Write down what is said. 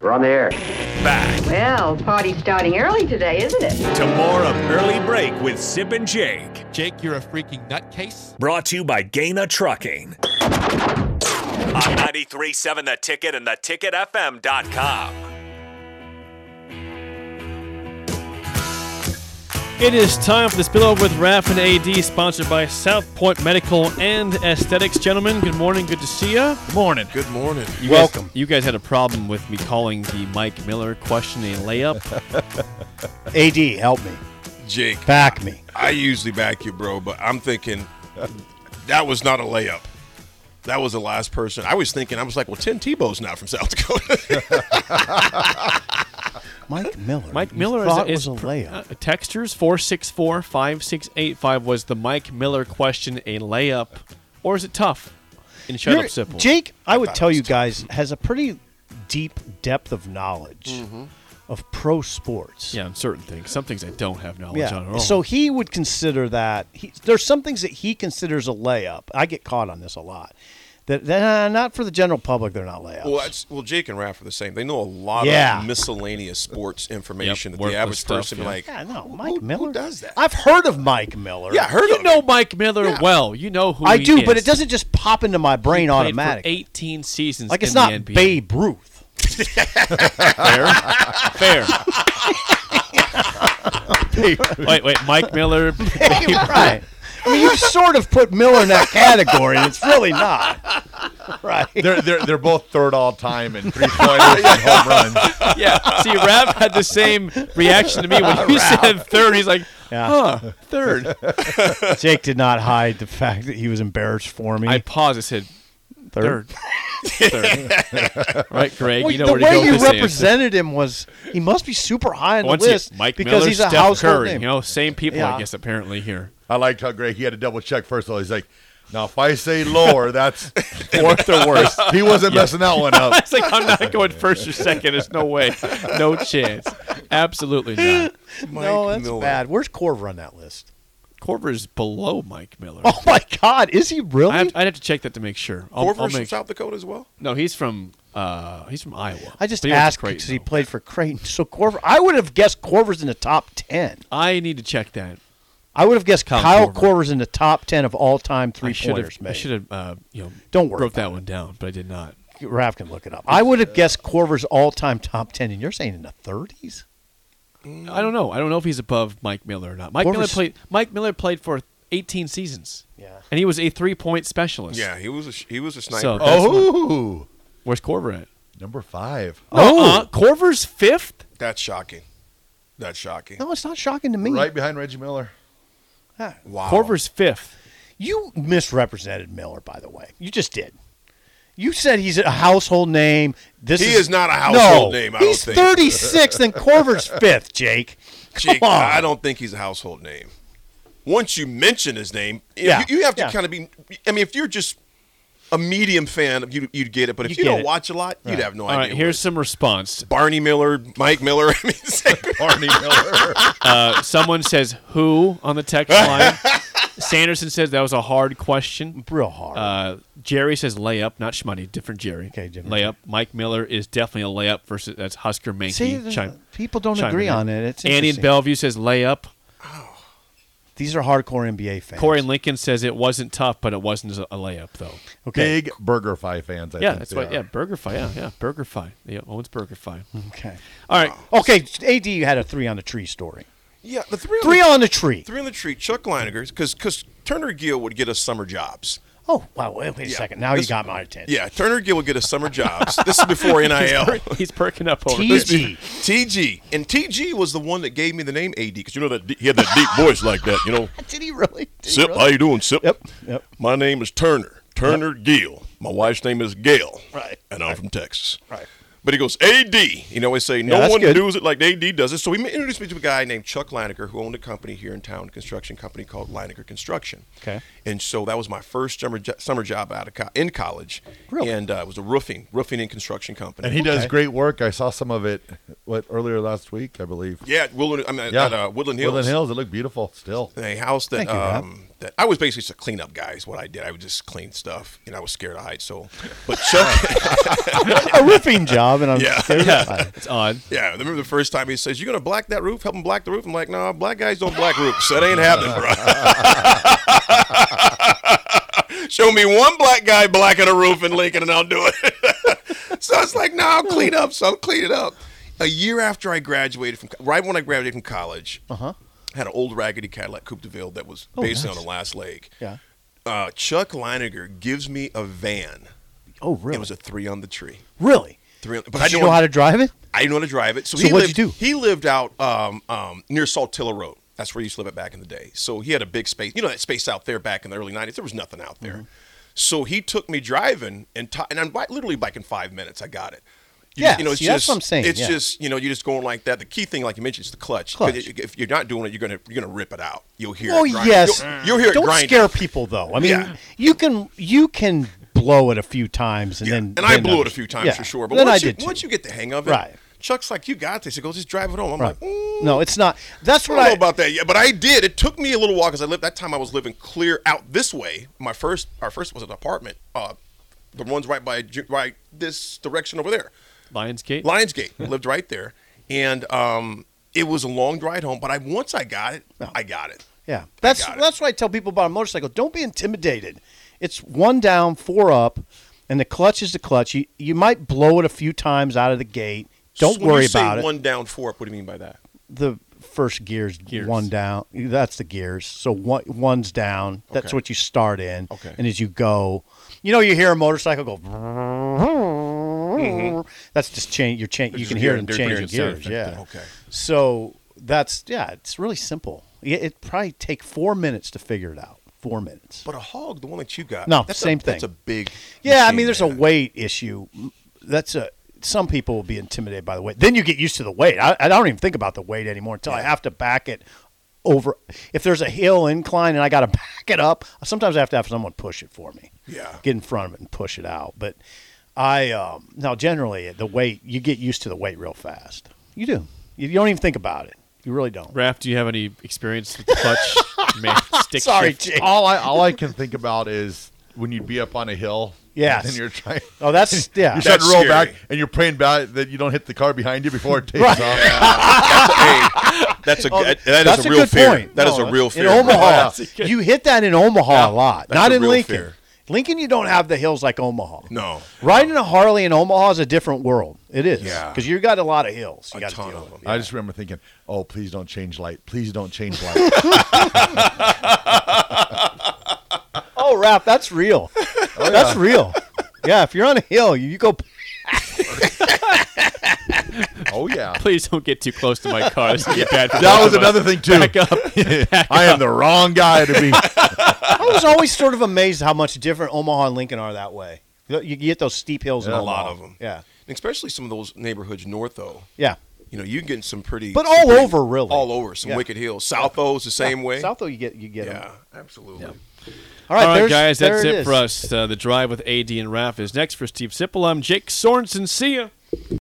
We're on the air. Back Well, party's starting early today, isn't it? to more of Early Break with Sip and Jake. Jake, you're a freaking nutcase. Brought to you by Gaina Trucking. On 937 The Ticket and theticketfm.com. It is time for the spillover with Raph and AD, sponsored by South Point Medical and Aesthetics. Gentlemen, good morning. Good to see you. Morning. Good morning. you Welcome. Guys, you guys had a problem with me calling the Mike Miller question a layup. AD, help me. Jake, Back me. I usually back you, bro, but I'm thinking that was not a layup. That was the last person. I was thinking, I was like, well, Tim Tebow's not from South Dakota. Mike Miller. Mike you Miller thought is, is was a pr- layup. uh, textures 464-5685 was the Mike Miller question a layup, or is it tough? And shut You're- up, Sipple. Jake, I would thought tell it you was guys, has a pretty deep depth of knowledge Mm-hmm. of pro sports. yeah, on certain things. Some things I don't have knowledge on at Yeah. all. So he would consider that. He, there's some things that he considers a layup. I get caught on this a lot. That, that uh, not for the general public, they're not layups. well, that's, well, Jake and Raph are the same. They know a lot Yeah. of miscellaneous sports information Yep, that the worthless average stuff, person yeah. like, yeah, no, Mike who Miller does that? I've heard of Mike Miller. yeah, I heard you of know him. Mike Miller Yeah. well. You know who I he do, but is. it doesn't just pop into my brain Played for automatically. 18 seasons. Like it's in not the NBA. Babe Ruth. Fair. Fair. wait, wait. Mike Miller. Hey, right. I mean, you sort of put Miller in that category, and it's really not. Right. They're, they're, they're both third all time and three pointers and home runs. Yeah. See, Rav had the same reaction to me when you said third. He's like, Yeah. huh, third. Jake did not hide the fact that he was embarrassed for me. I paused. I said, third. Third. Right, Greg. Well, you know the where to way go you with this answer. represented him was he must be super high on the Once list you, Mike because Miller, he's a Steph household Curry. name. You know, same people, Yeah. I guess, apparently here. I liked how Greg, he had to double check first of all. He's like, now if I say lower, that's fourth or worse. He wasn't messing that one up. It's like, I'm not going first or second. There's no way. No chance. Absolutely not. Mike no, that's Miller. bad. Where's Corver on that list? Corver's below Mike Miller. Oh my God, is he really? I I, have, I'd have to check that to make sure. I'll, Corver's I'll from make, South Dakota as well. no, he's from uh, he's from Iowa. just But he went to asked Creighton, because he though. played for Creighton. So Corver, I would have guessed Corver's in the top ten. I need to check that. I would have guessed Kyle Kyle Korver. Corver's in the top ten of all time three I should have. pointers. I made. should have. Uh, you know, Don't worry Wrote about that one down, but I did not. Raph can look it up. I would have guessed Corver's all-time top ten, and you're saying in the 30s. Mm. I don't know. I don't know if he's above Mike Miller or not. Mike Miller Corver's- played. Mike Miller played for 18 seasons. Yeah. and he was a three-point specialist. Yeah, he was a, he was a sniper. So that's what- Oh, where's Corver at? number five. Nuh-uh. Corver's fifth. That's shocking. That's shocking. No, it's not shocking to me. Right behind Reggie Miller. Ah. Wow. Corver's fifth. You misrepresented Miller, by the way. You just did. You said he's a household name. This He is, is not a no, household name, I don't he's think. 36th, and Corver's fifth. Jake, come Jake, on. I don't think he's a household name. Once you mention his name, Yeah, yeah, you, you have to yeah. kind of be. I mean, if you're just a medium fan, you, you'd get it. But if You you, get don't it. watch a lot, you'd have no All idea. right, here's some response. Barney Miller, Mike Miller. I mean, same- Barney Miller. Uh, someone says who on the text line. Sanderson says that was a hard question. Real hard. Uh, Jerry says layup, not Schmutty, different Jerry. Okay, different layup. Mike Miller is definitely a layup versus that's Husker Mankey. See, there's- chime- people don't chiming agree in. on it. It's Annie in interesting. Bellevue says layup. These are hardcore NBA fans. Corey Lincoln says it wasn't tough, but it wasn't a layup though. okay, Big Burger Fi fans. I yeah, think that's they what. are. Yeah, Burger Fi. Yeah, yeah, Burger Fi. Yeah, owns Burger Fi. okay, All right, okay. Ad, you had a three on the tree story. yeah, the three on Three the, on the tree. three on the tree. Chuck Leiniger, because because Turner Gill would get us summer jobs. Oh wow! Wait, wait a Yeah, second. Now you this- got my attention. Yeah, Turner Gill would get us summer jobs. this is before NIL. he's perking up over. T- TG. TG. And TG was the one that gave me the name AD because you know that he had that deep voice like that, you know. Did he really? Did he Sip, really? how you doing, Sip? Yep, yep. My name is Turner. Turner Gill. My wife's name is Gail. Right. And I'm from Texas. Right. But he goes, AD. You know, they say no that's one good. does it like AD does it. So he introduced me to a guy named Chuck Lineker who owned a company here in town, a construction company called Lineker Construction. Okay. And so that was my first summer, jo- summer job out of co- in college. Really? And uh, it was a roofing, roofing and construction company. And he does great work. I saw some of it what earlier last week, I believe. Yeah, Woodland. I mean, at uh, Woodland Hills. Woodland Hills. It looked beautiful still. A house that Thank you, Rob. um, that I was basically just a cleanup guy. Is what I did. I would just clean stuff, and I was scared of heights. So, but Chuck. a roofing job, and I'm Yeah. scared. Yeah, it's odd. Yeah, I remember the first time he says, "You gonna black that roof? Help him black the roof." I'm like, "No, black guys don't black roofs. That ain't happening, bro." Show me one black guy blacking a roof in Lincoln, and I'll do it. so it's like, "No, I'll clean up." So I'll clean it up. A year after I graduated from, right when I graduated from college, uh-huh. had an old raggedy Cadillac Coupe de Ville that was basically on the last leg. Oh, Yeah. Uh, Chuck Leiniger gives me a van. Oh, really? It was a three on the tree. really? Three, on, but Did I you didn't know want- how to drive it? I didn't know how to drive it. So, So he what'd lived, you do? He lived out um, um, near Saltillo Road. That's where he used to live at back in the day. So he had a big space. You know that space out there back in the early '90s. There was nothing out there. Mm-hmm. So he took me driving, and ti and I'm like, literally like in five minutes, I got it. You- Yeah, you know, it's see, just, that's what I'm saying, It's yeah. just you know, you're just going like that. The key thing, like you mentioned, is the clutch. 'Cause Clutch. it- If you're not doing it, you're gonna you're gonna rip it out. You'll hear. Oh it grind. yes. You'll, you'll hear it Don't grinding. scare people though. I mean, Yeah. you can you can blow it a few times, and Yeah, then and I then blew it a others- few times yeah. for sure. But then once, I you, did too. once you get the hang of it, Right. Chuck's like, "You got this." He goes, "Just drive it home." I'm Right. like, "Mm, no, it's not. That's I what don't I. know about that yet, but I did. It took me a little while because I lived that time. I was living clear out this way. My first, our first was an apartment. Uh, the ones right by Ju- right this direction over there. Lionsgate. Lionsgate lived right there, and um, it was a long ride home. But I once I got it, I got it. yeah, that's got it. that's what I tell people about a motorcycle. Don't be intimidated. It's one down, four up, and the clutch is the clutch. You you might blow it a few times out of the gate. Don't So when worry you say about it. One down, four up. What do you mean by that? the first gears, Gears. one down. That's the gears. So one one's down. That's Okay. what you start in. Okay. And as you go, you know, you hear a motorcycle go. That's just change. You're change. You just can hear Mm-hmm. gear- them they're changing gearing sound gears. Yeah. Okay. So that's yeah. It's really simple. It it'd probably take four minutes to figure it out. Four minutes. But a hog, the one that you got, No, that's same a, That's a thing. big. Yeah, I machine, mean, there's a man. weight issue. That's a some people will be intimidated by the weight. Then you get used to the weight. I, I don't even think about the weight anymore until I have to back it over. If there's a hill incline and I got to back it up, sometimes I have to have someone push it for me. Yeah. get in front of it and push it out. But I um, now generally the weight you get used to the weight real fast. You do. You, you don't even think about it. You really don't. Raph, do you have any experience with the clutch? Man, stick Sorry, shift? Jake. All I all I can think about is when you'd be up on a hill. Yes. And you're trying. Oh, that's yeah. You're trying to That's roll scary. back, and you're praying back that you don't hit the car behind you before it takes Right. off. Hey, Oh, that's a that- that is That's a real good fear. point. That No, is a real fear. In Omaha, That's you hit that in Omaha a lot, that's not a in real Lincoln. fear. Lincoln, you don't have the hills like Omaha. No. riding a Harley in Omaha is a different world. It is, Yeah. because you got a lot of hills. You A got to ton deal of with. them. I just remember thinking, "Oh, please don't change light. Please don't change light." Oh, Ralph, that's real. Oh, That's real. Yeah, if you're on a hill, you, you go. oh yeah. Please don't get too close to my car. This is bad. for That both was of us. another thing too. Back up. I am the wrong guy to be. I was always sort of amazed how much different Omaha and Lincoln are that way. You you get those steep hills in Yeah, a Omaha. lot of 'em. Yeah, especially some of those neighborhoods north though. yeah. You know, you can get some pretty, But some all pretty- over, really. all over some Yeah. wicked hills. South O's the same way. South, though, you get you get 'em. yeah, absolutely. All right, All right, there's- guys, that's there it, uh, is. for us. Uh, the drive with AD and Raph is next for Steve Sipple. I'm Jake Sorensen. See ya.